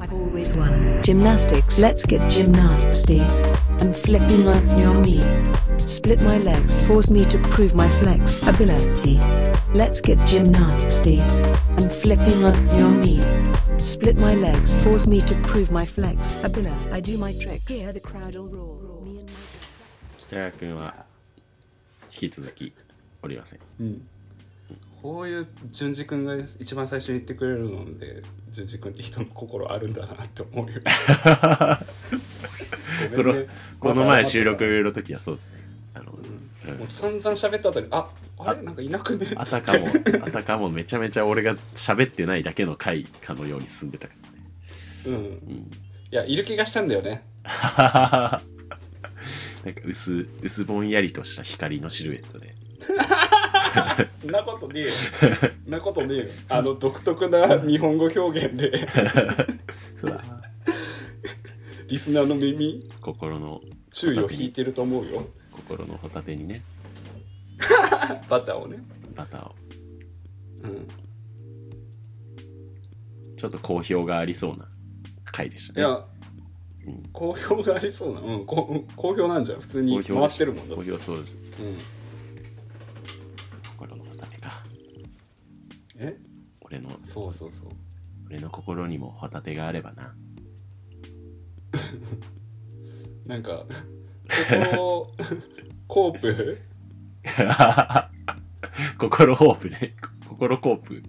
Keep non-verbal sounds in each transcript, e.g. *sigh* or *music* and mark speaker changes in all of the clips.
Speaker 1: I've always won. Gymnastics. Let's get gymnasty. I'm flipping up your knee. Split my legs. Force me to prove my flexibility. Let's get gymnasty. I'm flipping up your knee. Split my legs. Force me to prove my flexibility. I do my tricks. Hear the crowd all roar. Me and my
Speaker 2: 北川君は引き続きおりません
Speaker 3: うん、こういう淳二君が一番最初に言ってくれるので淳二君って人の心あるんだなって思うよ
Speaker 2: こ
Speaker 3: ごめ
Speaker 2: の
Speaker 3: んね
Speaker 2: *laughs* この前収録の時はそうですねあの、うん
Speaker 3: もう散々喋った後にああれ
Speaker 2: あ
Speaker 3: なん *laughs* かいなくね
Speaker 2: あたかもあたかもめちゃめちゃ俺が喋ってないだけの回かのように進んでたからね
Speaker 3: うん、いやいる気がしたんだよね *laughs*
Speaker 2: なんか薄薄ぼんやりとした光のシルエットで
Speaker 3: そんなこと
Speaker 2: *laughs*
Speaker 3: ねえよそんなことねえよあの独特な日本語表現でリスナーの耳
Speaker 2: 心の
Speaker 3: 注意を引いてると思うよ
Speaker 2: 心のホタテにね
Speaker 3: バターをね
Speaker 2: バターを
Speaker 3: うん
Speaker 2: ちょっと好評がありそうな回でした
Speaker 3: い
Speaker 2: ね
Speaker 3: や
Speaker 2: うん、
Speaker 3: 好評がありそうな、うん、こうん好評なんじゃん、普通
Speaker 2: 好
Speaker 3: に
Speaker 2: 評
Speaker 3: 回してるもんだっ
Speaker 2: 好
Speaker 3: て。
Speaker 2: 評そうです
Speaker 3: うん、
Speaker 2: 心のホタテか
Speaker 3: え
Speaker 2: 俺の
Speaker 3: そうそうそう。
Speaker 2: 俺の心にもホタテがあればな
Speaker 3: なんか、ここ、 *laughs* コープ、
Speaker 2: *laughs* 心ホープね心コープ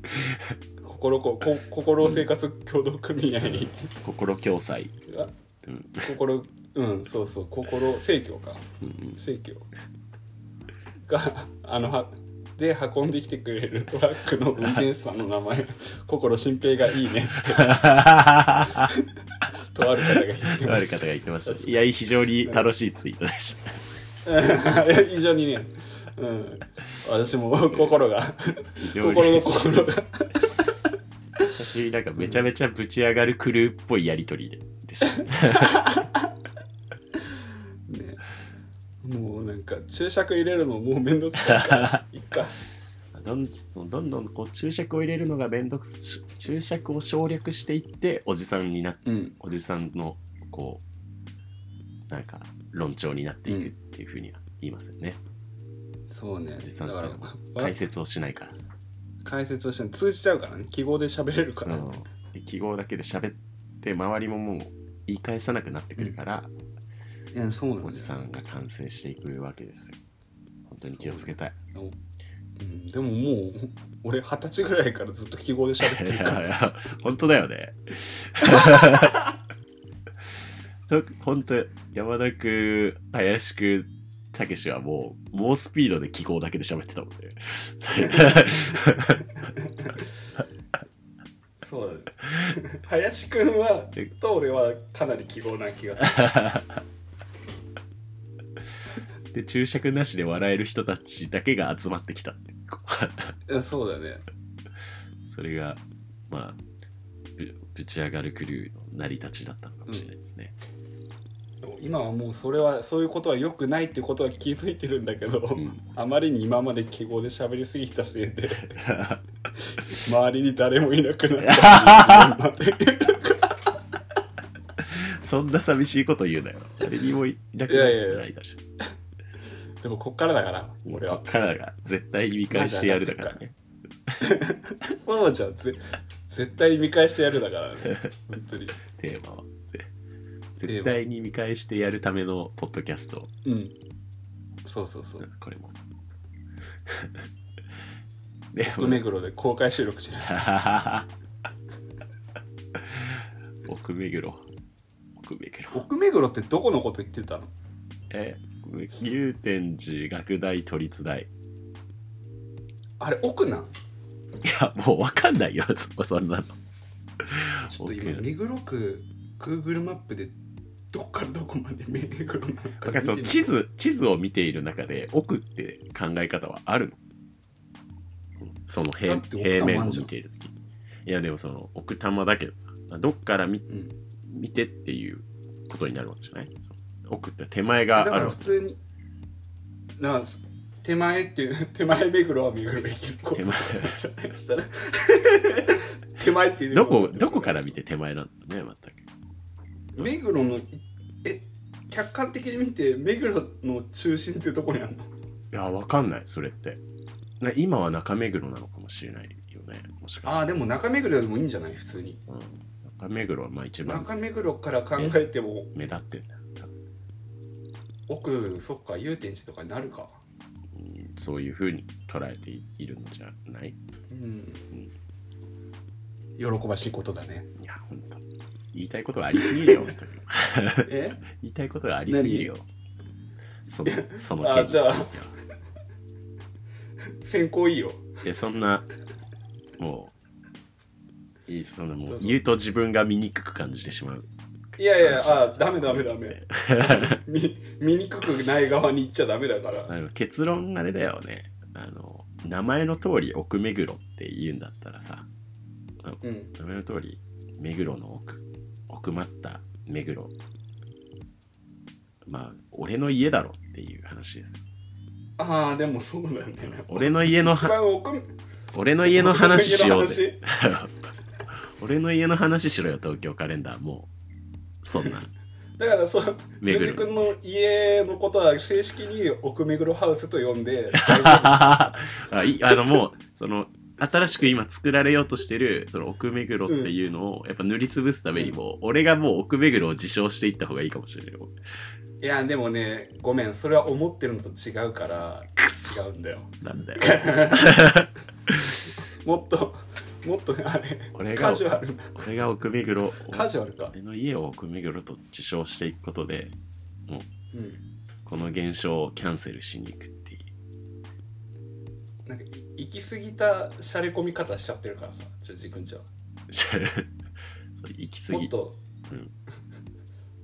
Speaker 3: 心こ、こ心生活協同組合に、
Speaker 2: 心共 *laughs* 済
Speaker 3: あ
Speaker 2: うん
Speaker 3: 心、うん、そうそう、心、生協か、
Speaker 2: うんうん
Speaker 3: 生協が、あの、はで運んできてくれるトラックの運転手さんの名前、心新平がいいねって、
Speaker 2: あ
Speaker 3: とある方が言ってま
Speaker 2: る
Speaker 3: し
Speaker 2: 方が
Speaker 3: た。
Speaker 2: 言ってましたねいや非常に楽しいツイートでし
Speaker 3: *laughs* 非常にね、うん、私も心が
Speaker 2: た非常に
Speaker 3: 心の心が
Speaker 2: 私なんかめちゃめちゃぶち上がるクルーっぽいやりとりででした
Speaker 3: ねもうなんか注釈入れるのもうめんどくさいからいっか
Speaker 2: どんそのどんどんこう注釈を入れるのがめんどくす注釈を省略していっておじさんにな
Speaker 3: うん
Speaker 2: おじさんのこうなんか論調になっていくっていうふうには言いますよね、
Speaker 3: そうね
Speaker 2: おじさ
Speaker 3: だ
Speaker 2: ん
Speaker 3: か
Speaker 2: って
Speaker 3: ら
Speaker 2: のは
Speaker 3: わ
Speaker 2: 解説をしないから、
Speaker 3: 解説をして通じちゃうからね記号で喋れるか
Speaker 2: あ
Speaker 3: ら、
Speaker 2: の記号だけで喋って周りももう言い返さなくなってくるから、
Speaker 3: いやそうなんだよ
Speaker 2: おじさんが完成していくわけですよ本当に気をつけたい
Speaker 3: うん、でももう俺二十歳ぐらいからずっと記号で喋って
Speaker 2: い
Speaker 3: る
Speaker 2: や
Speaker 3: か
Speaker 2: い
Speaker 3: ら
Speaker 2: や *laughs* 本当だよ *laughs* ねと本当山田君林君たけしはもう猛スピードで記号だけで喋ってたもん *laughs* ね
Speaker 3: そうだね林くんはと俺はかなり記号な気がす
Speaker 2: *laughs*
Speaker 3: る
Speaker 2: で注釈なしで笑える人たちだけが集まってきたってこ
Speaker 3: いやそうだね
Speaker 2: うそれがまあぶぶち上がるクルーの成り立ちだったのかもしれないですね、
Speaker 3: 今はもうそれはそういうことは良くないってことは気づいてるんだけど、
Speaker 2: ん
Speaker 3: あまりに今まで記号で喋りすぎたせいで周りに誰もいなくなったっていう現場で
Speaker 2: そんな寂しいこと言うなよ誰にもいなくなってないだし
Speaker 3: でもこっからだから
Speaker 2: もう
Speaker 3: 俺
Speaker 2: こ
Speaker 3: は
Speaker 2: っからが絶対に見返してやるだからね
Speaker 3: そうじゃんぜ絶対に見返してやるだからね本当に
Speaker 2: テーマはぜ
Speaker 3: ーマ
Speaker 2: 絶対に見返してやるためのポッドキャスト
Speaker 3: うんそうそうそう
Speaker 2: これ *laughs* もで
Speaker 3: 奥目黒で公開収録しない
Speaker 2: *laughs* 奥目黒奥目黒
Speaker 3: 奥目黒ってどこのこと言ってたの
Speaker 2: え牛天寺学大都立大い
Speaker 3: あれ奥なん
Speaker 2: やもうわかんないよそこそんなの
Speaker 3: ちょっと今目黒区 Google マップでどっからどこまで目黒なの
Speaker 2: な
Speaker 3: か
Speaker 2: んかその地図地図を見ている中で奥って考え方はあるのその平
Speaker 3: だって奥多摩
Speaker 2: 平面を
Speaker 3: じゃん
Speaker 2: 見ている時いやでもその奥多摩だけどさどっから見
Speaker 3: うん
Speaker 2: 見てっていうことになるわけじゃないその奥って手前があ
Speaker 3: だか
Speaker 2: る
Speaker 3: ら
Speaker 2: わ
Speaker 3: 普通にだから *laughs* 手前っていう手前目黒は目黒駅のこと
Speaker 2: 手前
Speaker 3: そしたら *laughs* 手前っていう
Speaker 2: どこ、どこから見て手前なんだね、まったく。
Speaker 3: 目黒のえ客観的に見て目黒の中心っていうところにあるの
Speaker 2: いや、わかんない、それって。な今は中目黒なのかもしれないよね、もしか
Speaker 3: ああ
Speaker 2: して。
Speaker 3: でも中目黒でもいいんじゃない普通に
Speaker 2: うん、中目黒はまあ一番
Speaker 3: 中目黒から考えても
Speaker 2: 目立ってんだよ。
Speaker 3: 奥そっか祐天寺とかになるか
Speaker 2: うんそういうふうに捉えているんじゃない
Speaker 3: うん喜ばしいことだね
Speaker 2: いや、本当言いたいことがありすぎるよ、本当に。
Speaker 3: え *laughs*
Speaker 2: 言いたいことがありすぎるよ。その、その
Speaker 3: あ
Speaker 2: 件につい
Speaker 3: じ
Speaker 2: て
Speaker 3: ゃあ
Speaker 2: は。
Speaker 3: 先行いいよ
Speaker 2: いや、そんな、もう、いい、そんなも
Speaker 3: どう
Speaker 2: う、
Speaker 3: ぞ
Speaker 2: 言うと自分が醜く感じてしまう。
Speaker 3: いやいや
Speaker 2: 話
Speaker 3: あーダメダメ
Speaker 2: *laughs*
Speaker 3: ダメ見見にくくない側に行っちゃダメだから
Speaker 2: あの結論あれだよねあの名前の通り奥目黒って言うんだったらさ
Speaker 3: うん
Speaker 2: 名前の通り目黒の奥奥まった目黒まあ俺の家だろっていう話ですよ
Speaker 3: ああでもそうだよね
Speaker 2: 俺の家の
Speaker 3: 一
Speaker 2: は
Speaker 3: 番奥
Speaker 2: 俺の家の話しようぜ
Speaker 3: 俺
Speaker 2: 俺
Speaker 3: の家の話
Speaker 2: の家の話しろよ東京カレンダーもうそ *laughs* んな
Speaker 3: だからそう
Speaker 2: 目
Speaker 3: 辻
Speaker 2: 黒
Speaker 3: 君の家のことは正式に奥目黒ハウスと呼
Speaker 2: *laughs*
Speaker 3: んで
Speaker 2: あいあのもうその新しく今作られようとしてるその奥目黒っていうのをやっぱ塗りつぶすためにも、俺がもう奥目黒を自称していった方がいいかもしれないよ
Speaker 3: いやでもねごめんそれは思ってるのと違うから
Speaker 2: くそ
Speaker 3: 違うんだよ
Speaker 2: なんだよ
Speaker 3: もっともっとあれ
Speaker 2: 俺が
Speaker 3: カジュアルな
Speaker 2: 俺が奥目黒を
Speaker 3: カジュアルか、
Speaker 2: 俺の家を奥目黒と自称していくことで
Speaker 3: うん、
Speaker 2: この現象をキャンセルしに行くっていう *laughs*
Speaker 3: なんかい行き過ぎたしゃれ込み方しちゃってるからさ辻君ちは
Speaker 2: そう行き過
Speaker 3: もっ
Speaker 2: ぎ
Speaker 3: と、
Speaker 2: うん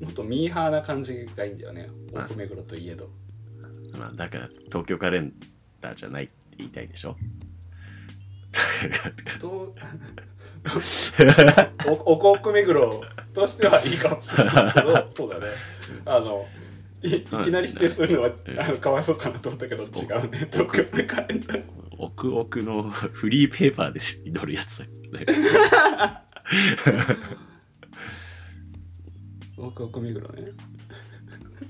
Speaker 3: もっとミーハーな感じがいいんだよね
Speaker 2: まあ
Speaker 3: 奥目黒といえど
Speaker 2: まあ、だから東京カレンダーじゃないって言いたいでしょ *laughs*
Speaker 3: どう *laughs* おおこ奥目黒としてはいいかもしれないけ *laughs* どそうだねあのいい
Speaker 2: そうなんだ
Speaker 3: きなり否定するのは、
Speaker 2: うん
Speaker 3: あのかわいそうかなと思ったけど違う
Speaker 2: そう
Speaker 3: ね東京でカレンダー
Speaker 2: 奥奥のフリーペーパーで祈るやつだよね
Speaker 3: おこ奥目黒ね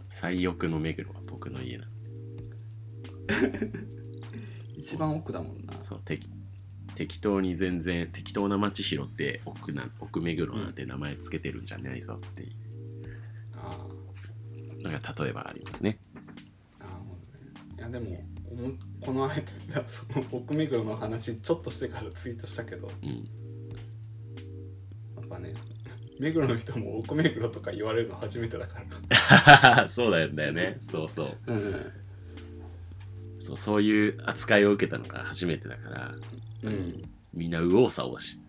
Speaker 2: 最奥の目黒は僕の家な
Speaker 3: 一番奥だもんな
Speaker 2: そう適適当に全然適当な町拾って奥な奥目黒なんて名前つけてるんじゃないぞってい
Speaker 3: あ
Speaker 2: うのが例えばありますね
Speaker 3: あああもうねいやでもおもこの間その奥目黒の話ちょっとしてからツイートしたけど
Speaker 2: うん *laughs*
Speaker 3: やっぱね目黒の人も奥目黒とか言われるの初めてだか
Speaker 2: そうなんだよねそうそう
Speaker 3: らうん
Speaker 2: そうそういう扱いを受けたのが初めてだから
Speaker 3: うん
Speaker 2: みんな右往左往し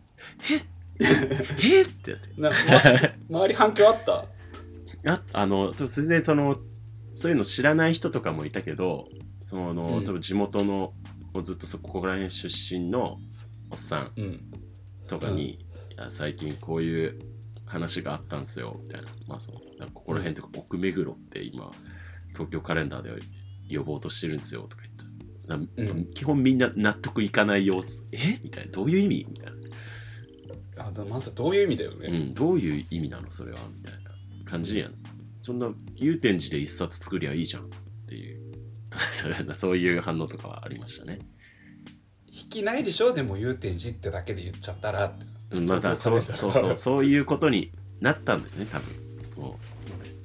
Speaker 2: ええってなって
Speaker 3: な、 *laughs* ま、周り反響あった
Speaker 2: ああの多分全然そのそういうの知らない人とかもいたけどそのあの、
Speaker 3: うん
Speaker 2: 多分地元のもうずっとそここら辺出身のおっさん
Speaker 3: うん
Speaker 2: とかに「いや最近こういう話があったんすよ」みたいなまあそうなんかここら辺とか奥目黒って今東京カレンダーで呼ぼうとしてるんですよとか言ったな
Speaker 3: うん
Speaker 2: 基本みんな納得いかない様子えみたいなどういう意味みたいな、
Speaker 3: あだまずどういう意味だよね、
Speaker 2: うん、どういう意味なのそれはみたいな感じやんそんな祐天寺で一冊作りゃいいじゃんっていう *laughs* そういう反応とかはありましたね
Speaker 3: 引きないでしょでも祐天寺ってだけで言っちゃったらって
Speaker 2: うんまたそうそう
Speaker 3: *laughs*
Speaker 2: そうそういうことになったんだよね多分もう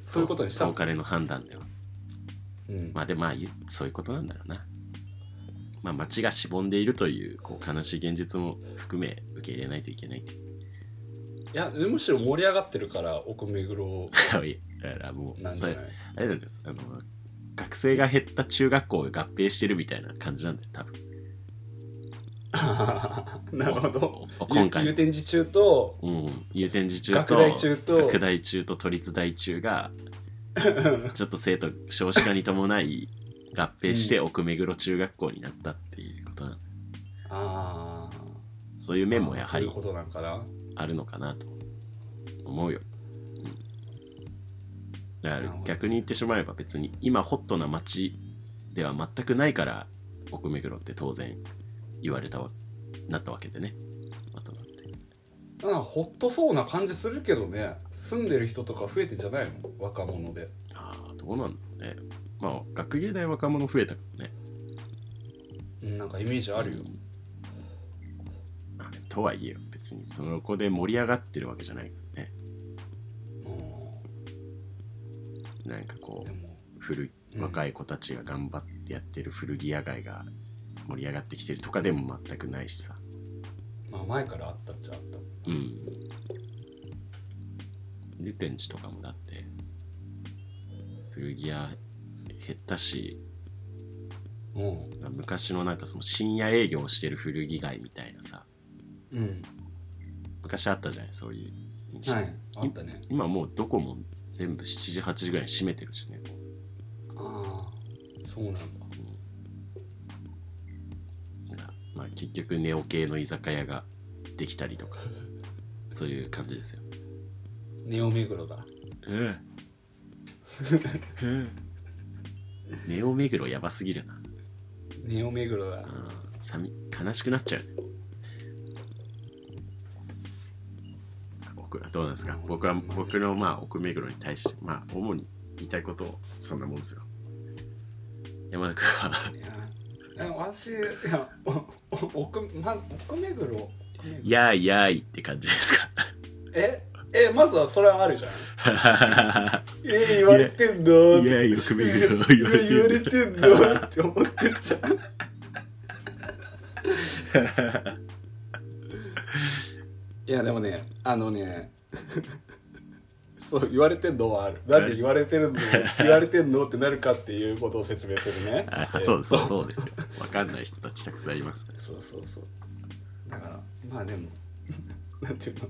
Speaker 3: そういうことにした
Speaker 2: お
Speaker 3: の
Speaker 2: 金の判断では
Speaker 3: うん
Speaker 2: まあでまあゆそういうことなんだろうなまあ町がしぼんでいるというこう悲しい現実も含め受け入れないといけないっていう
Speaker 3: いやむしろ盛り上がってるから奥目黒
Speaker 2: だからも
Speaker 3: な
Speaker 2: うん
Speaker 3: じ
Speaker 2: そ
Speaker 3: ゃ
Speaker 2: れ
Speaker 3: ない
Speaker 2: あれなんだよあの学生が減った中学校が合併してるみたいな感じなんだよ多分
Speaker 3: *laughs* なるほ *laughs* ど
Speaker 2: おお今
Speaker 3: ゆ祐
Speaker 2: 回
Speaker 3: 天寺中と
Speaker 2: うん祐天寺中と
Speaker 3: 学大中と
Speaker 2: 学大中と都立大中
Speaker 3: *laughs*
Speaker 2: がちょっと生徒少子化に伴い合併して奥目黒中学校になったっていうことなんだよ
Speaker 3: ああ
Speaker 2: そういう面もやはり
Speaker 3: そういうことなんかな
Speaker 2: あるのかなと思うよ。うん、だか
Speaker 3: なる
Speaker 2: ら
Speaker 3: ほど
Speaker 2: 逆に言ってしまえば別に今ホットな街では全くないから奥目黒って当然言われたわなったわけでね。まとまって。
Speaker 3: なんかほっとそうな感じするけどね住んでる人とか増えてんじゃないの若者で
Speaker 2: ああ、どうなんだろうね。まあ、学芸大若者増えたからね。
Speaker 3: うんなんかイメージあるよ、
Speaker 2: うん。まあとはいえよ、別にその子で盛り上がってるわけじゃないからね。
Speaker 3: うん
Speaker 2: なんかこ
Speaker 3: で
Speaker 2: う、
Speaker 3: も
Speaker 2: 古い
Speaker 3: うん
Speaker 2: 若い子たちが頑張ってやってる古着屋街が盛り上がってきてるとかでも全くないしさ。
Speaker 3: まあ前からあったっちゃあった
Speaker 2: うん。ルテンチとかもだって、古着屋減ったし、
Speaker 3: うん
Speaker 2: 昔のなんかその深夜営業してる古着街みたいなさ、
Speaker 3: うん
Speaker 2: 昔あったじゃない、そういう印象。
Speaker 3: はいあったね
Speaker 2: 今もうどこも全部7時8時ぐらいに閉めてるしね、
Speaker 3: ああそうなんだ
Speaker 2: うんだまあ、結局ネオ系の居酒屋ができたりと
Speaker 3: *laughs*
Speaker 2: かそういう感じですよ
Speaker 3: ネオ目黒だ
Speaker 2: うん *laughs* うんネオ目黒やばすぎるな
Speaker 3: ネオ目黒だ
Speaker 2: うん寂悲しくなっちゃう僕はどうなんですか僕は僕のまあ奥目黒に対してまあ主に言いたいことをそんなもんですよ山田君はい
Speaker 3: やいや私いやおお奥,、ま、奥目黒奥目黒
Speaker 2: やーいやーいって感じですか
Speaker 3: ええまずはそれはあるじゃんえ言われてんだーっ
Speaker 2: い
Speaker 3: て
Speaker 2: やーよく見
Speaker 3: 言
Speaker 2: るよ
Speaker 3: われてんだって思ってんじゃんいやでもねあのねそう言われてんのはあるなんで言われてるの言われてんのってなるかっていうことを説明するね
Speaker 2: あそうそう
Speaker 3: う
Speaker 2: そうですよわかんない人たちたくさんいますね
Speaker 3: そうそうそうだからまあでも *laughs* なんていうの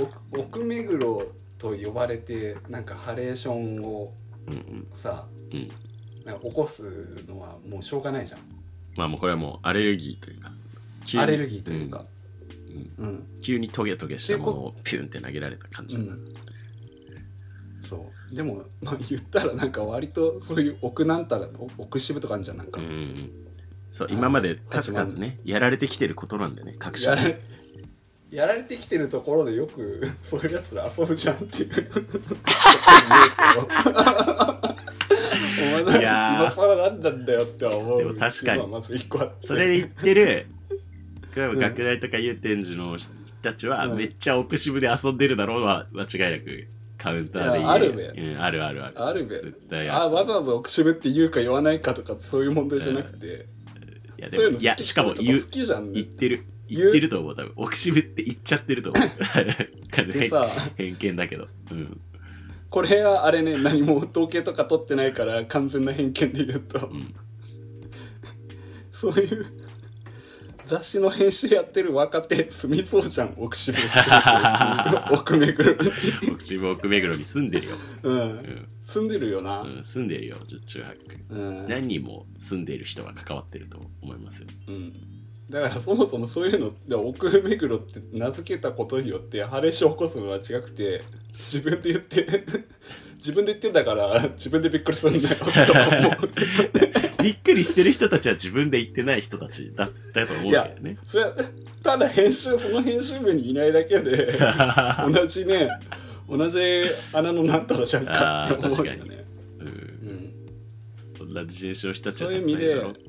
Speaker 3: 奥奥目黒と呼ばれてなんかハレーションを
Speaker 2: うんうん
Speaker 3: さ
Speaker 2: うん
Speaker 3: なんか起こすのはもうしょうがないじゃん
Speaker 2: まあもうこれはもうアレルギーというか急に
Speaker 3: アレルギーというか、
Speaker 2: うん
Speaker 3: うん
Speaker 2: 急にトゲトゲしたものをピュンって投げられた感じだな、
Speaker 3: そうでも、まあ、言ったらなんか割とそういう奥なんたらお奥渋とかあるじゃんなんか、
Speaker 2: うんうんそう
Speaker 3: あの
Speaker 2: 今まで数々ねやられてきてることなんでね各社
Speaker 3: やられやられてきてるところでよく *laughs* そういうやつら遊ぶじゃんっていう *laughs* お前なんか
Speaker 2: いやー
Speaker 3: 今更なんなんだよっては思う
Speaker 2: でも確かに
Speaker 3: まあまず一個あって
Speaker 2: それで言って
Speaker 3: *laughs*
Speaker 2: る例えば
Speaker 3: うん
Speaker 2: 学大とか祐天寺の人たちは
Speaker 3: うん
Speaker 2: めっちゃ奥渋で遊んでるだろうは間違いなくカウンターで言え
Speaker 3: いやあるべ
Speaker 2: うん、あるあるある
Speaker 3: あるべ
Speaker 2: 絶対ある
Speaker 3: あわざわざ奥渋って言うか言わないかとかそういう問題じゃなくて、
Speaker 2: いや
Speaker 3: そうい
Speaker 2: でもい
Speaker 3: うの好き
Speaker 2: やしかも
Speaker 3: そう
Speaker 2: 言
Speaker 3: いううの好きじゃん
Speaker 2: 言ってる
Speaker 3: 言う
Speaker 2: 言ってると思う多分奥渋って言っちゃってると思う
Speaker 3: *laughs* でさ
Speaker 2: *laughs* 偏見だけど、うん
Speaker 3: これはあれね何も統計とか取ってないから完全な偏見で言うと、
Speaker 2: ん
Speaker 3: そういう雑誌の編集やってる若手住みそうじゃん奥渋って
Speaker 2: *laughs*
Speaker 3: 奥目黒に、
Speaker 2: 奥渋奥目黒に住んでるよ、
Speaker 3: う、
Speaker 2: うんん
Speaker 3: 住んでるよな、
Speaker 2: うん、住んでるよ十中八九
Speaker 3: うん
Speaker 2: 何人も住んでいる人が関わってると思いますよ
Speaker 3: うんだからそもそもそういうので奥目黒って名付けたことによってハレーションを起こすのは違くて自分で言って自分で言ってんだから自分でびっくりするんだよと思
Speaker 2: *laughs*
Speaker 3: う。
Speaker 2: びっくりしてる人たちは自分で言ってない人たちだったと思うけどね
Speaker 3: それはただ編集その編集部にいないだ
Speaker 2: *laughs*
Speaker 3: けで同じね同じ穴のなんたらじゃんかって思うよ
Speaker 2: あー確か
Speaker 3: ね、
Speaker 2: うん
Speaker 3: うん、
Speaker 2: 同じ人種の人たち
Speaker 3: そ
Speaker 2: は
Speaker 3: ういう
Speaker 2: た
Speaker 3: 意
Speaker 2: くさんい
Speaker 3: 味
Speaker 2: るだろう
Speaker 3: で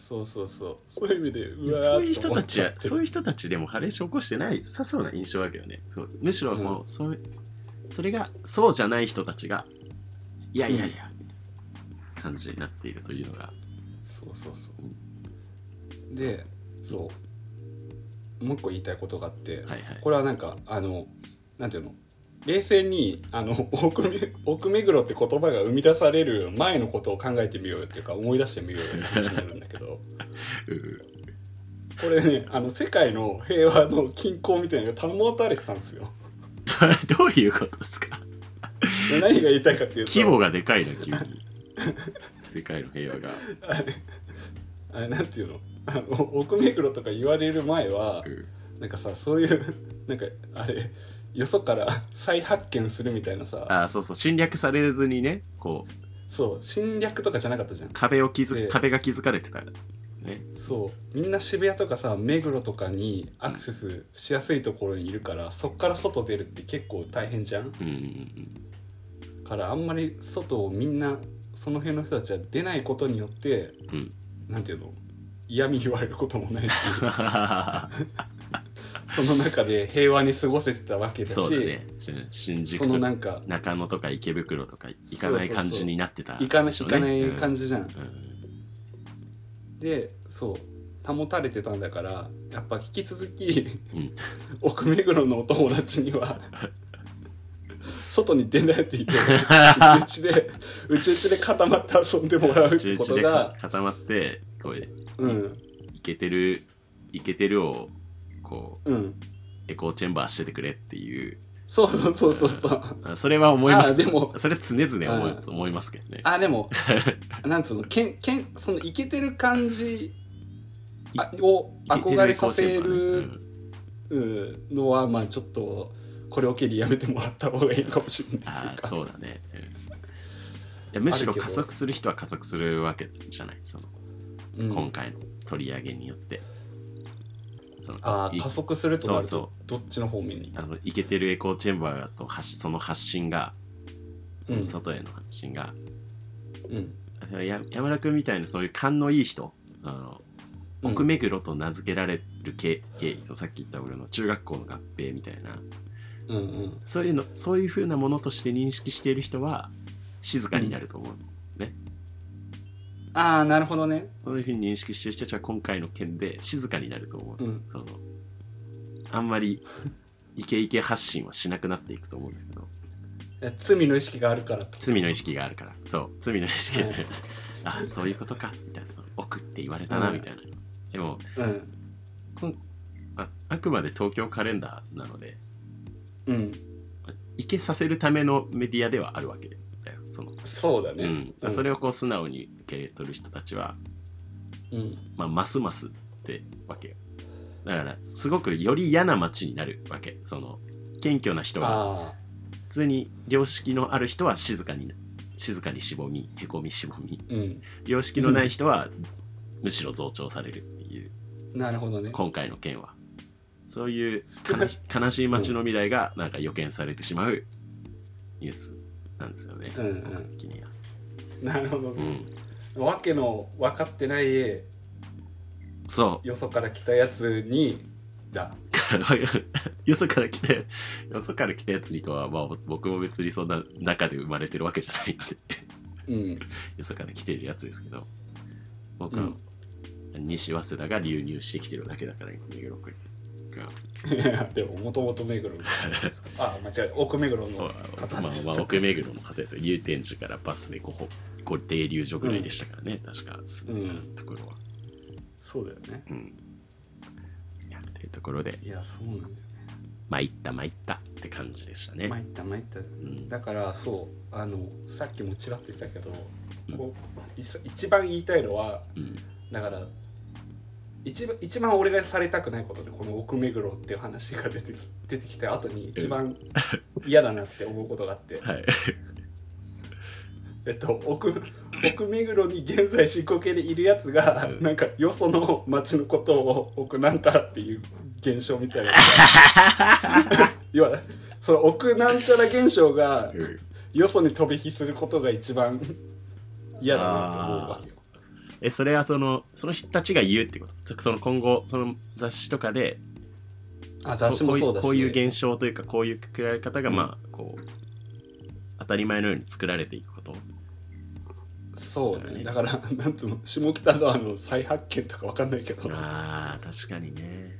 Speaker 3: そうそうそうそういう意味でうわー
Speaker 2: そういう人たちは
Speaker 3: っ、て
Speaker 2: そ
Speaker 3: 思
Speaker 2: う
Speaker 3: っ
Speaker 2: いう人たちでもハレーション起こしてないさそうな印象だけどね。そうむしろもう、そうそれが、そうじゃない人たちが、いやいやいや、みたいな感じになっているというのが、
Speaker 3: そうそうそうでそうもう一個言いたいことがあって、
Speaker 2: はいはい。
Speaker 3: これはなんかあのなんていうの冷静にあの奥目奥目黒って言葉が生み出される前のことを考えてみようよっていうか思い出してみようよって話になるんだけど
Speaker 2: うん *laughs*
Speaker 3: これねあの世界の平和の均衡みたいなのが保たれてたんですよ
Speaker 2: どういうことですか
Speaker 3: で何が言いたいかっていうと
Speaker 2: 規模がでかいな、急
Speaker 3: *laughs*
Speaker 2: に。世界の平和が。
Speaker 3: あれあれなんていうのあの奥目黒とか言われる前は
Speaker 2: うん
Speaker 3: なんかさそういう *laughs* なんかあれよそから再発見するみたいなさ
Speaker 2: あそうそう、侵略されずにね、こう、
Speaker 3: そう侵略とかじゃなかったじゃん
Speaker 2: 壁を築
Speaker 3: ね
Speaker 2: 壁が築かれてたね。
Speaker 3: そうみんな渋谷とかさ目黒とかにアクセスしやすいところにいるからそっから外出るって結構大変じゃ
Speaker 2: う
Speaker 3: ん
Speaker 2: んうんうん。
Speaker 3: からあんまり外をみんなその辺の人たちは出ないことによって *laughs*
Speaker 2: うん。
Speaker 3: なんていうの嫌味言われることもないし
Speaker 2: *laughs*
Speaker 3: その中で平和に過ごせてたわけだし
Speaker 2: そうだね。し新宿
Speaker 3: その
Speaker 2: と
Speaker 3: な
Speaker 2: か
Speaker 3: んか
Speaker 2: 中野とか池袋とか行かない感じになってた
Speaker 3: 行かな
Speaker 2: で
Speaker 3: い
Speaker 2: しょ
Speaker 3: 行
Speaker 2: うね、
Speaker 3: かない感じじゃん、
Speaker 2: うん。
Speaker 3: でそう保たれてたんだからやっぱ引き続き
Speaker 2: うん。うん
Speaker 3: *laughs* 奥目黒のお友達
Speaker 2: *laughs*
Speaker 3: には外に出ないって言ってうちうちでうちうちで固まって遊んでもらうっ
Speaker 2: 中
Speaker 3: てこ
Speaker 2: 1
Speaker 3: と
Speaker 2: で
Speaker 3: が、
Speaker 2: 固まって、こう、
Speaker 3: うん
Speaker 2: いけてる、いけてるを、こう、
Speaker 3: うん、
Speaker 2: エコーチェンバーしててくれっていう、
Speaker 3: そうそうそうそうそう
Speaker 2: あそれは思います。
Speaker 3: あでも
Speaker 2: それ常々思い,、
Speaker 3: うん
Speaker 2: 思いますけどね。
Speaker 3: あ
Speaker 2: *laughs*
Speaker 3: でもなんつうのけんけんそのイケてる感じあを憧れさせるうんのはまあちょっとこれを機にやめてもらった方がいいかもしれない
Speaker 2: あ
Speaker 3: って
Speaker 2: あ、
Speaker 3: いうか
Speaker 2: そうだね。うんいやむしろ
Speaker 3: あるけど
Speaker 2: 加速する人は加速するわけじゃない。その
Speaker 3: う
Speaker 2: 今
Speaker 3: ん、
Speaker 2: 回の取り上げによって。その
Speaker 3: ああ
Speaker 2: い
Speaker 3: 加速するとなる
Speaker 2: そう
Speaker 3: とどっちの方面に
Speaker 2: あのイケてるエコーチェンバーと発その発信が、その
Speaker 3: うん
Speaker 2: 外への発信が、
Speaker 3: うん
Speaker 2: や山田君みたいなそういう勘のいい人、あの
Speaker 3: うん
Speaker 2: 奥目黒と名付けられる経経緯、そのさっき言った俺の中学校の合併みたいな、
Speaker 3: うんうん
Speaker 2: そういうの、そういう風なものとして認識している人は、静かになると思う。
Speaker 3: ああなるほどね
Speaker 2: そういう風に認識している人たちは今回の件で静かになると思う。
Speaker 3: うん
Speaker 2: その、あんまり、イケイケ発信はしなくなっていくと思うんだけど、
Speaker 3: え罪の意識があるからと
Speaker 2: 罪の意識があるから、そう、罪の意識で、
Speaker 3: うん
Speaker 2: あ、そういうことか、みたいな、その奥って言われたな、
Speaker 3: うん
Speaker 2: みたいな。でも、
Speaker 3: うん
Speaker 2: ああくまで東京カレンダーなので、
Speaker 3: うん
Speaker 2: イケさせるためのメディアではあるわけだよ。その
Speaker 3: そうだ
Speaker 2: う
Speaker 3: ね
Speaker 2: ん、それをこう素直に受け取る人たちは、
Speaker 3: うん
Speaker 2: まあ、ますますってわけよだからすごくより嫌な街になるわけその謙虚な人は
Speaker 3: ああ
Speaker 2: 普通に良識のある人は静かに静かにしぼみへこみしぼみ
Speaker 3: うん
Speaker 2: 良識のない人はむしろ増長されるっていう
Speaker 3: なるほどね
Speaker 2: 今回の件はそういう
Speaker 3: 少な
Speaker 2: 悲
Speaker 3: い *laughs*
Speaker 2: し悲しい街の未来がなんか予見されてしまうニュースなんですよね、
Speaker 3: うんうん
Speaker 2: 僕的には
Speaker 3: なるほど
Speaker 2: う
Speaker 3: ね
Speaker 2: ん、
Speaker 3: わけの分かってない
Speaker 2: そう
Speaker 3: よそから来たやつにだ
Speaker 2: *laughs* よそから来たよそから来たやつにとは、まあ、僕も別にそんな中で生まれてるわけじゃないので *laughs*
Speaker 3: うん
Speaker 2: よそから来てるやつですけど僕
Speaker 3: う
Speaker 2: は
Speaker 3: ん
Speaker 2: 西早稲田が流入してきてるだけだから今目黒区が
Speaker 3: いや *laughs* でももともと目黒のあ間違え奥目黒の
Speaker 2: まあ、まあ、奥目黒の方ですよ竜天寺からバスでこうこう停留所ぐらいでしたからね、確か住んでたところは、
Speaker 3: そうだよね
Speaker 2: うん、いやっていうところで
Speaker 3: いやそうなんだよね
Speaker 2: 参った参ったって感じでしたね、
Speaker 3: 参った参った
Speaker 2: うん、
Speaker 3: だからそうあのさっきもちらっと言ってたけど、
Speaker 2: うん
Speaker 3: こういさ一番言いたいのは
Speaker 2: うん
Speaker 3: だから一番一番俺がされたくないことでこの奥目黒っていう話が出てき出てきた後に一番嫌だなって思うことがあって、
Speaker 2: はい
Speaker 3: えっと、奥奥目黒に現在進行形でいるやつが、
Speaker 2: うん
Speaker 3: なんかよその町のことを奥なんたらっていう現象みた
Speaker 2: *laughs*
Speaker 3: いな要はその奥なんちゃら現象が
Speaker 2: うん
Speaker 3: よそに飛び火することが一番嫌だなと思うわけよ。
Speaker 2: えそれはそのその人たちが言うってことそその今後その雑誌とかで
Speaker 3: あ雑誌もそうだし
Speaker 2: こういうこういう現象というかこういうくくられ方が、
Speaker 3: うん
Speaker 2: まあこう当たり前のように作られていくこと
Speaker 3: そうねだからなんつうの下北沢の再発見とかわかんないけど
Speaker 2: あー確かにね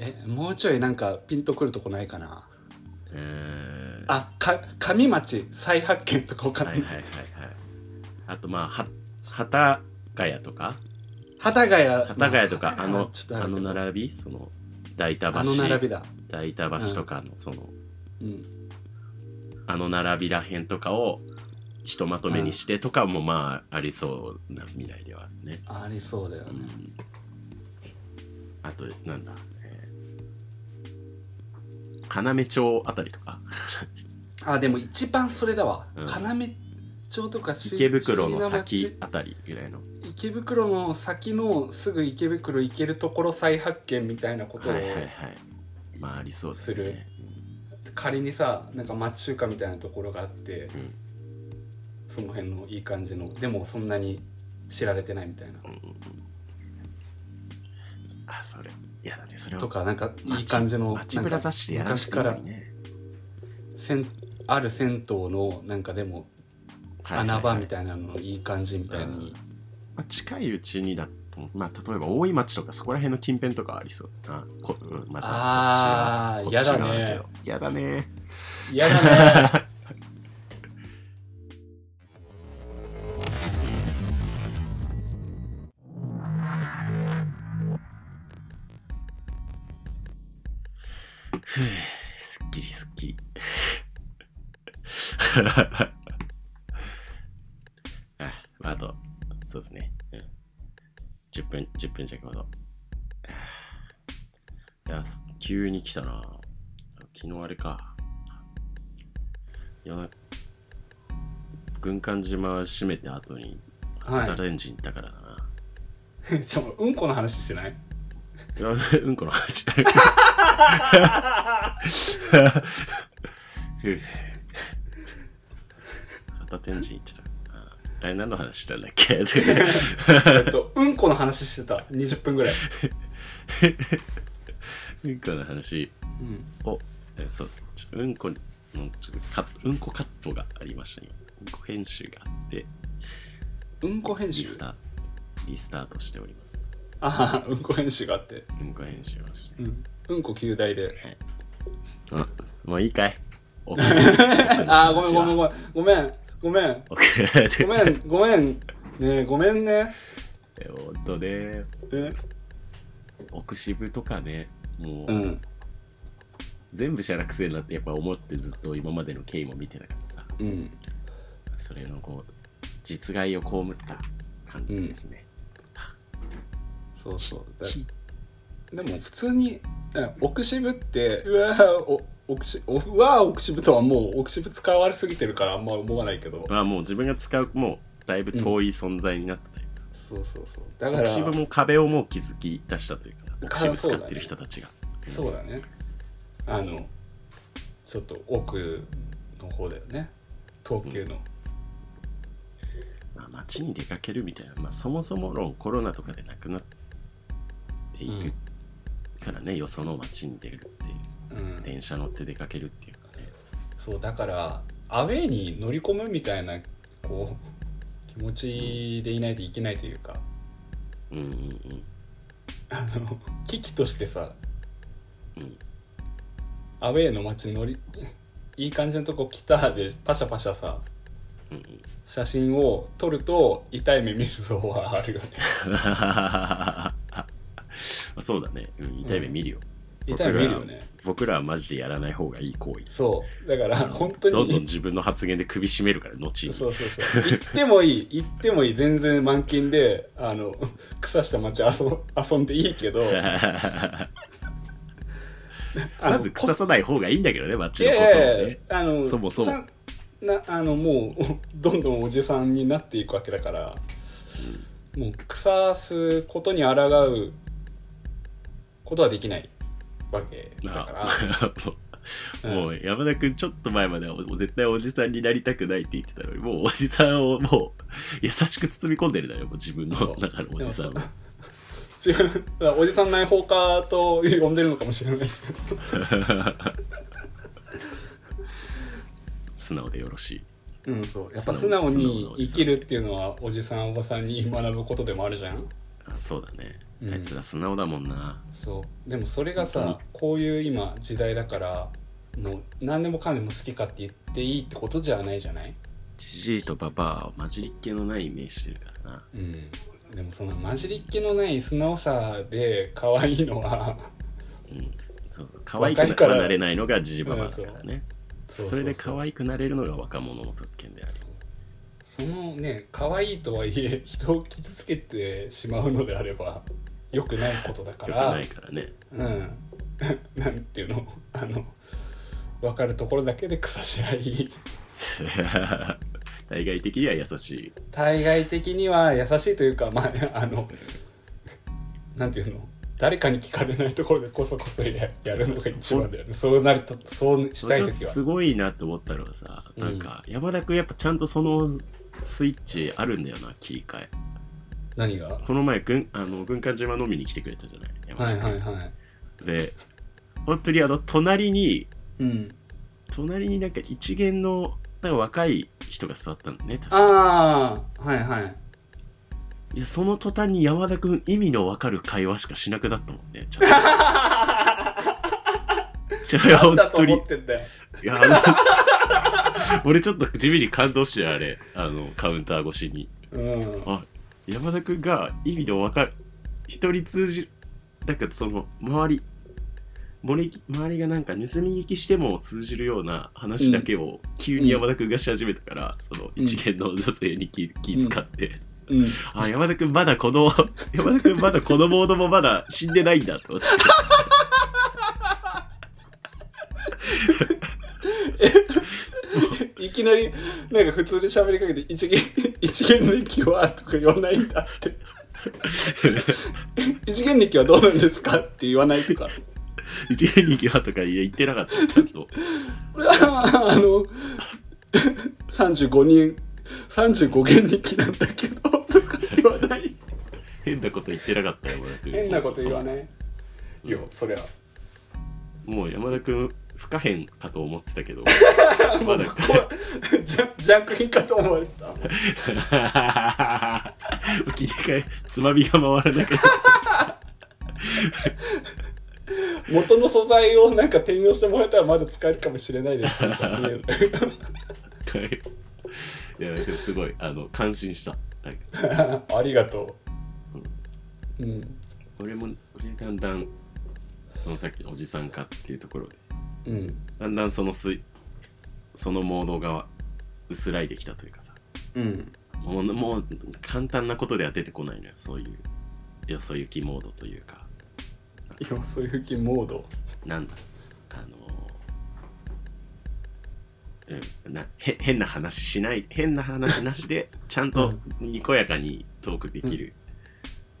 Speaker 3: えもうちょいなんかピンとくるとこないかな
Speaker 2: うーんは
Speaker 3: あか上町再発見とかわか
Speaker 2: い
Speaker 3: んな
Speaker 2: はいはいは
Speaker 3: い、
Speaker 2: いあとまあは幡ヶ谷とか
Speaker 3: 幡ヶ谷
Speaker 2: 幡ヶ谷とか、
Speaker 3: ま
Speaker 2: あの
Speaker 3: *laughs* ちょ
Speaker 2: あ
Speaker 3: っとれだ
Speaker 2: の
Speaker 3: けど
Speaker 2: 並びその大田橋
Speaker 3: あの並びだ、
Speaker 2: 大田橋とかのその、
Speaker 3: うん、
Speaker 2: あの並びらへんとかをひとまとめにしてとかもまあありそうな未来ではあるね。
Speaker 3: ありそうだよ
Speaker 2: う
Speaker 3: ね
Speaker 2: ん、あとなんだ、えー、要町あたりとか
Speaker 3: あでも一番それだわ、
Speaker 2: うん
Speaker 3: 要町とかし
Speaker 2: 池袋の
Speaker 3: 椎
Speaker 2: 先
Speaker 3: 名
Speaker 2: あたりぐらいの。
Speaker 3: 町池袋の先のすぐ池袋行けるところ再発見みたいなことを、
Speaker 2: はいはいはい。まあありそうです
Speaker 3: する
Speaker 2: ね。
Speaker 3: 仮にさなんか町中華みたいなところがあって、
Speaker 2: ん
Speaker 3: その辺のいい感じのでもそんなに知られてないみたいな、
Speaker 2: あ、それ。いやだね、それを
Speaker 3: とかなんかいい感じの
Speaker 2: 街ブラ雑誌でやらなくていいのにね
Speaker 3: なんか銭ある銭湯のなんかでも
Speaker 2: はいはいはい
Speaker 3: 穴場みたいなのいい感じみたいに
Speaker 2: まあ、近いうちにだまあ例えば大井町とかそこら辺の近辺とかありそうあこ、うん、また
Speaker 3: あー
Speaker 2: こっちは
Speaker 3: やだ
Speaker 2: こ
Speaker 3: ね
Speaker 2: っちがあるけどやだね
Speaker 3: 嫌だね
Speaker 2: すっきりすっきり *laughs* あまああとそうですね、うん、10分10分弱ほどいやす急に来たな昨日あれか夜中軍艦島閉めた後に
Speaker 3: はい
Speaker 2: ダレンジに行ったからだな、
Speaker 3: ちょうんこの話してない
Speaker 2: いやうんこの話。片天神行ってた。あれ何の話したんだっけ
Speaker 3: えっとうんこの話してた20分ぐらい、
Speaker 2: うんこの話を、えそうです。ちょっとうんこの、ちょっとカットうんこカットがありましたね。うんこ編集があって、
Speaker 3: うん、こ編
Speaker 2: リ
Speaker 3: 集
Speaker 2: スタート、リスタートしております。
Speaker 3: ああうんこ編集があって、
Speaker 2: うんこ編集をして。
Speaker 3: うん、うんこ9大で
Speaker 2: あ、もういい
Speaker 3: *laughs*
Speaker 2: かいお
Speaker 3: ああごめんごめんごめんごめん
Speaker 2: おく
Speaker 3: ごめんごめんごめんねえごめんね
Speaker 2: えほんとね
Speaker 3: え
Speaker 2: 奥渋とかねも
Speaker 3: う
Speaker 2: うん全部しゃらくせえなってやっぱ思ってずっと今までの経緯も見てたからさ
Speaker 3: うん
Speaker 2: それのこう実害を被った感じですね、
Speaker 3: そうそう
Speaker 2: ひ
Speaker 3: だでも普通にうん奥渋ってうわーお奥渋おうわー奥渋とはもう奥渋使われすぎてるからあんま思わないけど
Speaker 2: まあもう自分が使うもうだいぶ遠い存在になったというか、
Speaker 3: そうそうそうだか
Speaker 2: 奥
Speaker 3: ら
Speaker 2: 渋も壁をもう築き出したというかさ奥渋
Speaker 3: そう
Speaker 2: 使
Speaker 3: だ
Speaker 2: っ
Speaker 3: ね
Speaker 2: てる人たちが
Speaker 3: そうだねあのちょっと奥の方だよね東急の、
Speaker 2: まあ、街に出かけるみたいな、まあ、そもそも論コロナとかでなくなっていくからね、よその街に出るっていう
Speaker 3: うん、
Speaker 2: 電車乗って出かけるっていうかね
Speaker 3: そうだからアウェーに乗り込むみたいなこう気持ちでいないといけないというか
Speaker 2: うんうん
Speaker 3: あの危機としてさ
Speaker 2: うんうん
Speaker 3: アウェーの街乗り *laughs* いい感じのとこ来たでパシャパシャさ
Speaker 2: うんうん
Speaker 3: 写真を撮ると痛い目見るぞはあるよね
Speaker 2: *laughs* まあそうだね、うん、痛い目見るよ、
Speaker 3: 痛い目見るよね
Speaker 2: 僕らはマジでやらない方がいい行為
Speaker 3: そうだから本当に
Speaker 2: どんどん自分の発言で首絞めるから後 *laughs* に
Speaker 3: そうそうそう行ってもいい行ってもいい全然満勤であの *laughs* 草した街遊遊んでいいけどあ
Speaker 2: ま
Speaker 3: の
Speaker 2: ず腐さない方がいいんだけどね街の
Speaker 3: い
Speaker 2: ことを
Speaker 3: やいやい
Speaker 2: ね
Speaker 3: やあの
Speaker 2: そもそも
Speaker 3: ちゃんなあのもう *laughs* どんどんおじさんになっていくわけだから、もう腐すことに抗うことはできないわけだ
Speaker 2: な
Speaker 3: から
Speaker 2: あもうもう山田君ちょっと前まではお絶対おじさんになりたくないって言ってたのにもうおじさんをもう優しく包み込んでるだよもう自分の
Speaker 3: そう
Speaker 2: 中のおじさんを
Speaker 3: でも自分だからおじさん内包家と呼んでるのかもしれない
Speaker 2: 素直でよろしい
Speaker 3: うん、そうやっ
Speaker 2: 素
Speaker 3: ぱ
Speaker 2: 直
Speaker 3: 素直
Speaker 2: 素直な
Speaker 3: に
Speaker 2: おじ
Speaker 3: 生
Speaker 2: さん
Speaker 3: きるっていうのはおじさんおばさんに学ぶことでもあるじゃん
Speaker 2: あそうだね、
Speaker 3: うん
Speaker 2: あいつら素直だもんな
Speaker 3: そうでもそれが
Speaker 2: 本
Speaker 3: さ
Speaker 2: 当
Speaker 3: こういう今時代だからもう何でもかんでも好きかって言っていいってことじゃないじゃない
Speaker 2: じじいとばばあは混じりっ気のないイメージしてるからな
Speaker 3: うんでもその混じりっ気のない素直さで可愛いのは
Speaker 2: そうそう可愛く
Speaker 3: 若いから
Speaker 2: なれないのがじじばばあだからね
Speaker 3: そ
Speaker 2: それで可
Speaker 3: い
Speaker 2: 愛くなれるのが若者の特権である
Speaker 3: そのね可愛いとはいえ人を傷つけてしまうのであれば良くないことだか
Speaker 2: よく
Speaker 3: ら
Speaker 2: ないからね *laughs*
Speaker 3: うん、 *laughs* なんていうのあの分かるところだけで草し合い
Speaker 2: 対外的には優しい。
Speaker 3: 対外的には優しいというかまああのなんていうの誰かに聞かれないところでこそこそややるのが一番だよねそうなりたそうし
Speaker 2: まあち
Speaker 3: たい
Speaker 2: ょっと
Speaker 3: 時は
Speaker 2: すごいなって思ったのはさ、なんか山田君やっぱちゃんとそのスイッチあるんだよな、切り替え。
Speaker 3: 何がは
Speaker 2: この前軍あの軍艦島飲みに来てくれたじゃない。山田
Speaker 3: い
Speaker 2: 君
Speaker 3: はいはい
Speaker 2: で本当にあの隣に
Speaker 3: うん
Speaker 2: 隣になんか一元のなんか若い人が座ったんだね確か
Speaker 3: ああはいはい
Speaker 2: いやその途端に山田君意味のわかる会話しかしなくなったもんねちょっと
Speaker 3: *laughs*
Speaker 2: いや
Speaker 3: なん
Speaker 2: 本
Speaker 3: だと
Speaker 2: 当に
Speaker 3: 思
Speaker 2: い
Speaker 3: ってんだよ
Speaker 2: やあの *laughs* 俺ちょっと地味に感動してあれあのカウンター越しに
Speaker 3: うん
Speaker 2: あ山田君が意味のわかる人に通じるだからその周り周り周りがなんか盗み聞きしても通じるような話だけを急に山田君がし始めたから、その一見の女性に気気使って、
Speaker 3: うん
Speaker 2: あ山田君まだこの *laughs* 山田君まだこのモードもまだ死んでないんだと思って
Speaker 3: いきなりなんか普通で喋りかけて一元 *laughs* 「一元の息は?」とか言わないんだって *laughs* 「一元の息はどうなんですか?」って言わないとか
Speaker 2: 一元に行きはとか言ってなかったちゃんと
Speaker 3: これはあの35人35元の息なんだけどとか言わない
Speaker 2: 変なこと言ってなかったよ山田君
Speaker 3: 変なこと言わない
Speaker 2: そう
Speaker 3: よそりゃ
Speaker 2: もう山田君不可変かと思ってたけどまだ *laughs*
Speaker 3: これジャジャンク品かと思われた
Speaker 2: 切り替えつまみが回らなくなっ
Speaker 3: 元の素材をなんか転用してもらえたらまだ使えるかもしれないですね
Speaker 2: たいやでもすごいあの感心したなんか
Speaker 3: *laughs* ありがとううん
Speaker 2: 俺も俺だんだんそのさっきおじさんかっていうところで
Speaker 3: うん
Speaker 2: だんだんそのすいそのモードが薄らいできたというかさ
Speaker 3: うん
Speaker 2: もうもう簡単なことでは出てこないのよそういうよそ行きモードというか
Speaker 3: よそ行きモード
Speaker 2: なんだあのうんなへ変な話しない変な話なしでちゃんとにこやかにトークできる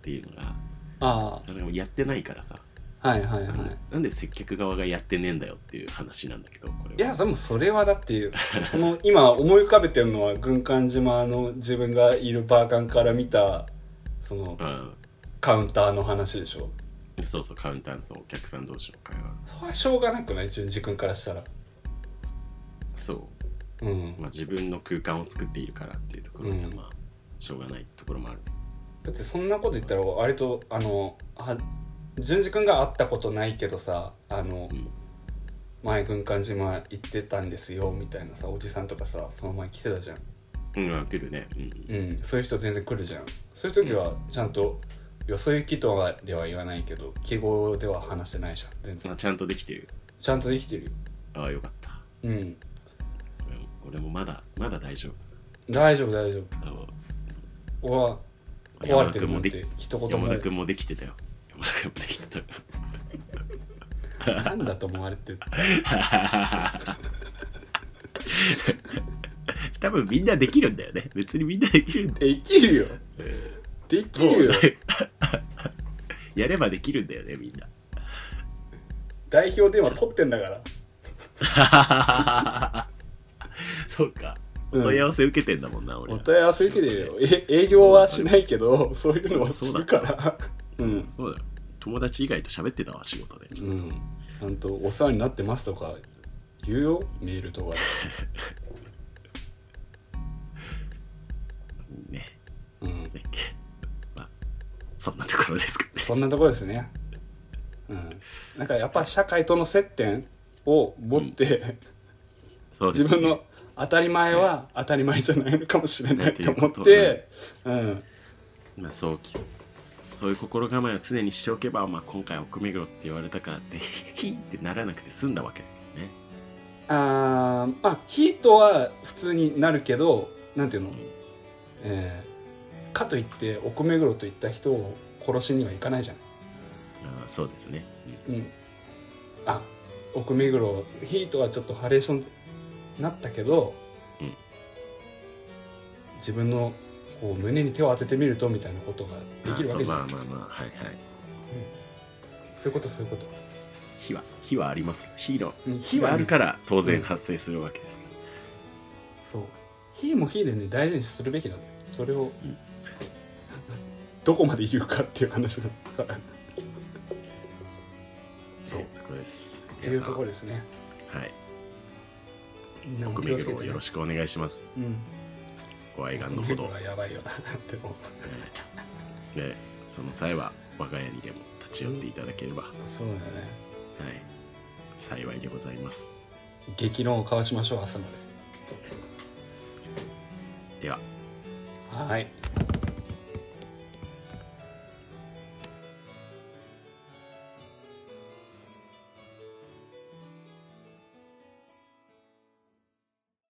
Speaker 2: っていうのが、
Speaker 3: あ
Speaker 2: あのやってないからさ、
Speaker 3: あはいはいは
Speaker 2: なんで接客側がやってねえんだよっていう話なんだけどこれはい
Speaker 3: やでもそれはだってその今思い浮かべてるのは軍艦島の自分がいるバーカンから見たその
Speaker 2: う
Speaker 3: カウンターの話でしょ
Speaker 2: ん、そうそうカウンターのそのお客さん同士の会話
Speaker 3: それはしょうがなくない淳二君からしたら
Speaker 2: そう
Speaker 3: うん
Speaker 2: まあ、自分の空間を作っているからっていうところには、
Speaker 3: うん
Speaker 2: まあしょうがないところもある
Speaker 3: だってそんなこと言ったら割とあのは淳二君が会ったことないけどさあの、
Speaker 2: うん
Speaker 3: 前軍艦島行ってたんですよみたいなさおじさんとかさその前来てたじゃん
Speaker 2: うんあ来るねうん
Speaker 3: うん、そういう人全然来るじゃんそういう時はちゃんと、よそ行きとはでは言わないけど記号では話してないじゃん全然
Speaker 2: まあ、ちゃんとできてる
Speaker 3: ちゃんとできてるよ
Speaker 2: ああよかった
Speaker 3: うん
Speaker 2: 俺も俺もまだまだ大丈夫
Speaker 3: 大丈夫大丈夫
Speaker 2: あの
Speaker 3: 俺は壊れてるなんて一言も
Speaker 2: 山
Speaker 3: な
Speaker 2: 田
Speaker 3: い
Speaker 2: 君もできてたよ山田君もできてたよ
Speaker 3: なんだと思われてる
Speaker 2: 多分みんなできるんだよね別にみんなできるんだよ
Speaker 3: *laughs* できるよできるよ
Speaker 2: も
Speaker 3: *laughs*
Speaker 2: うやればできるんだよねみんな *laughs*
Speaker 3: 代表電話取ってんだから
Speaker 2: そうかお
Speaker 3: うん
Speaker 2: 問い合わせ受けてんだもんな、俺
Speaker 3: お問い合わせ受けてるよえ営業はしないけどそういうのはす
Speaker 2: そうだ
Speaker 3: るからうん
Speaker 2: そうだよ友達以外と喋ってたわ仕事で
Speaker 3: うんちゃんとお世話になってますとか言うよメー
Speaker 2: *laughs*
Speaker 3: ルとかで
Speaker 2: ね
Speaker 3: うん
Speaker 2: だっけまあそんなところですか
Speaker 3: *laughs*
Speaker 2: ね
Speaker 3: そんなところですね。うん。なんかやっぱ社会との接点を持って、
Speaker 2: そうです
Speaker 3: 自
Speaker 2: ね
Speaker 3: 分の当たり前は当たり前じゃないのかもしれな
Speaker 2: ね
Speaker 3: いと思っ
Speaker 2: という
Speaker 3: て、うん。
Speaker 2: まあそうきそういう心構えを常にしておけば、まあ、今回奥目黒って言われたからって *laughs* ヒーってならなくて済んだわけだよね
Speaker 3: あーまあ、ヒートは普通になるけど、なんていうの、えーかといって、お米黒といった人を殺しにはいかないじゃん。
Speaker 2: あーそうですね、
Speaker 3: うん。あ、お米黒、ヒートはちょっとハレーションになったけど、
Speaker 2: うん
Speaker 3: 自分のこう胸に手を当ててみるとみたいなことができるわけじゃん
Speaker 2: あそうまあまあまあはいはい
Speaker 3: そういうことそういうこと
Speaker 2: 火は火はありますから火の
Speaker 3: うん
Speaker 2: 火はある
Speaker 3: ら
Speaker 2: から当然発生するわけですから、
Speaker 3: そう火も火でね大事にするべきなん *laughs* だよそれを、
Speaker 2: うん
Speaker 3: どこまで言うかっていう話なんだからっ
Speaker 2: そういうところです
Speaker 3: ていうところですね
Speaker 2: 皆さんはい
Speaker 3: みんなも
Speaker 2: 奥
Speaker 3: 気
Speaker 2: 目
Speaker 3: をつけ
Speaker 2: 黒を
Speaker 3: てね
Speaker 2: よろしくお願いします、
Speaker 3: うん
Speaker 2: ご愛がんの
Speaker 3: 目
Speaker 2: ほ
Speaker 3: 黒
Speaker 2: ど
Speaker 3: はやばいよ *laughs* でも
Speaker 2: ででその際は我が家にでも立ち寄っていただければ、はい
Speaker 3: そうだよね
Speaker 2: 幸いでございます
Speaker 3: 激論を交わしましょう朝ま
Speaker 2: で
Speaker 3: で
Speaker 2: は
Speaker 3: はい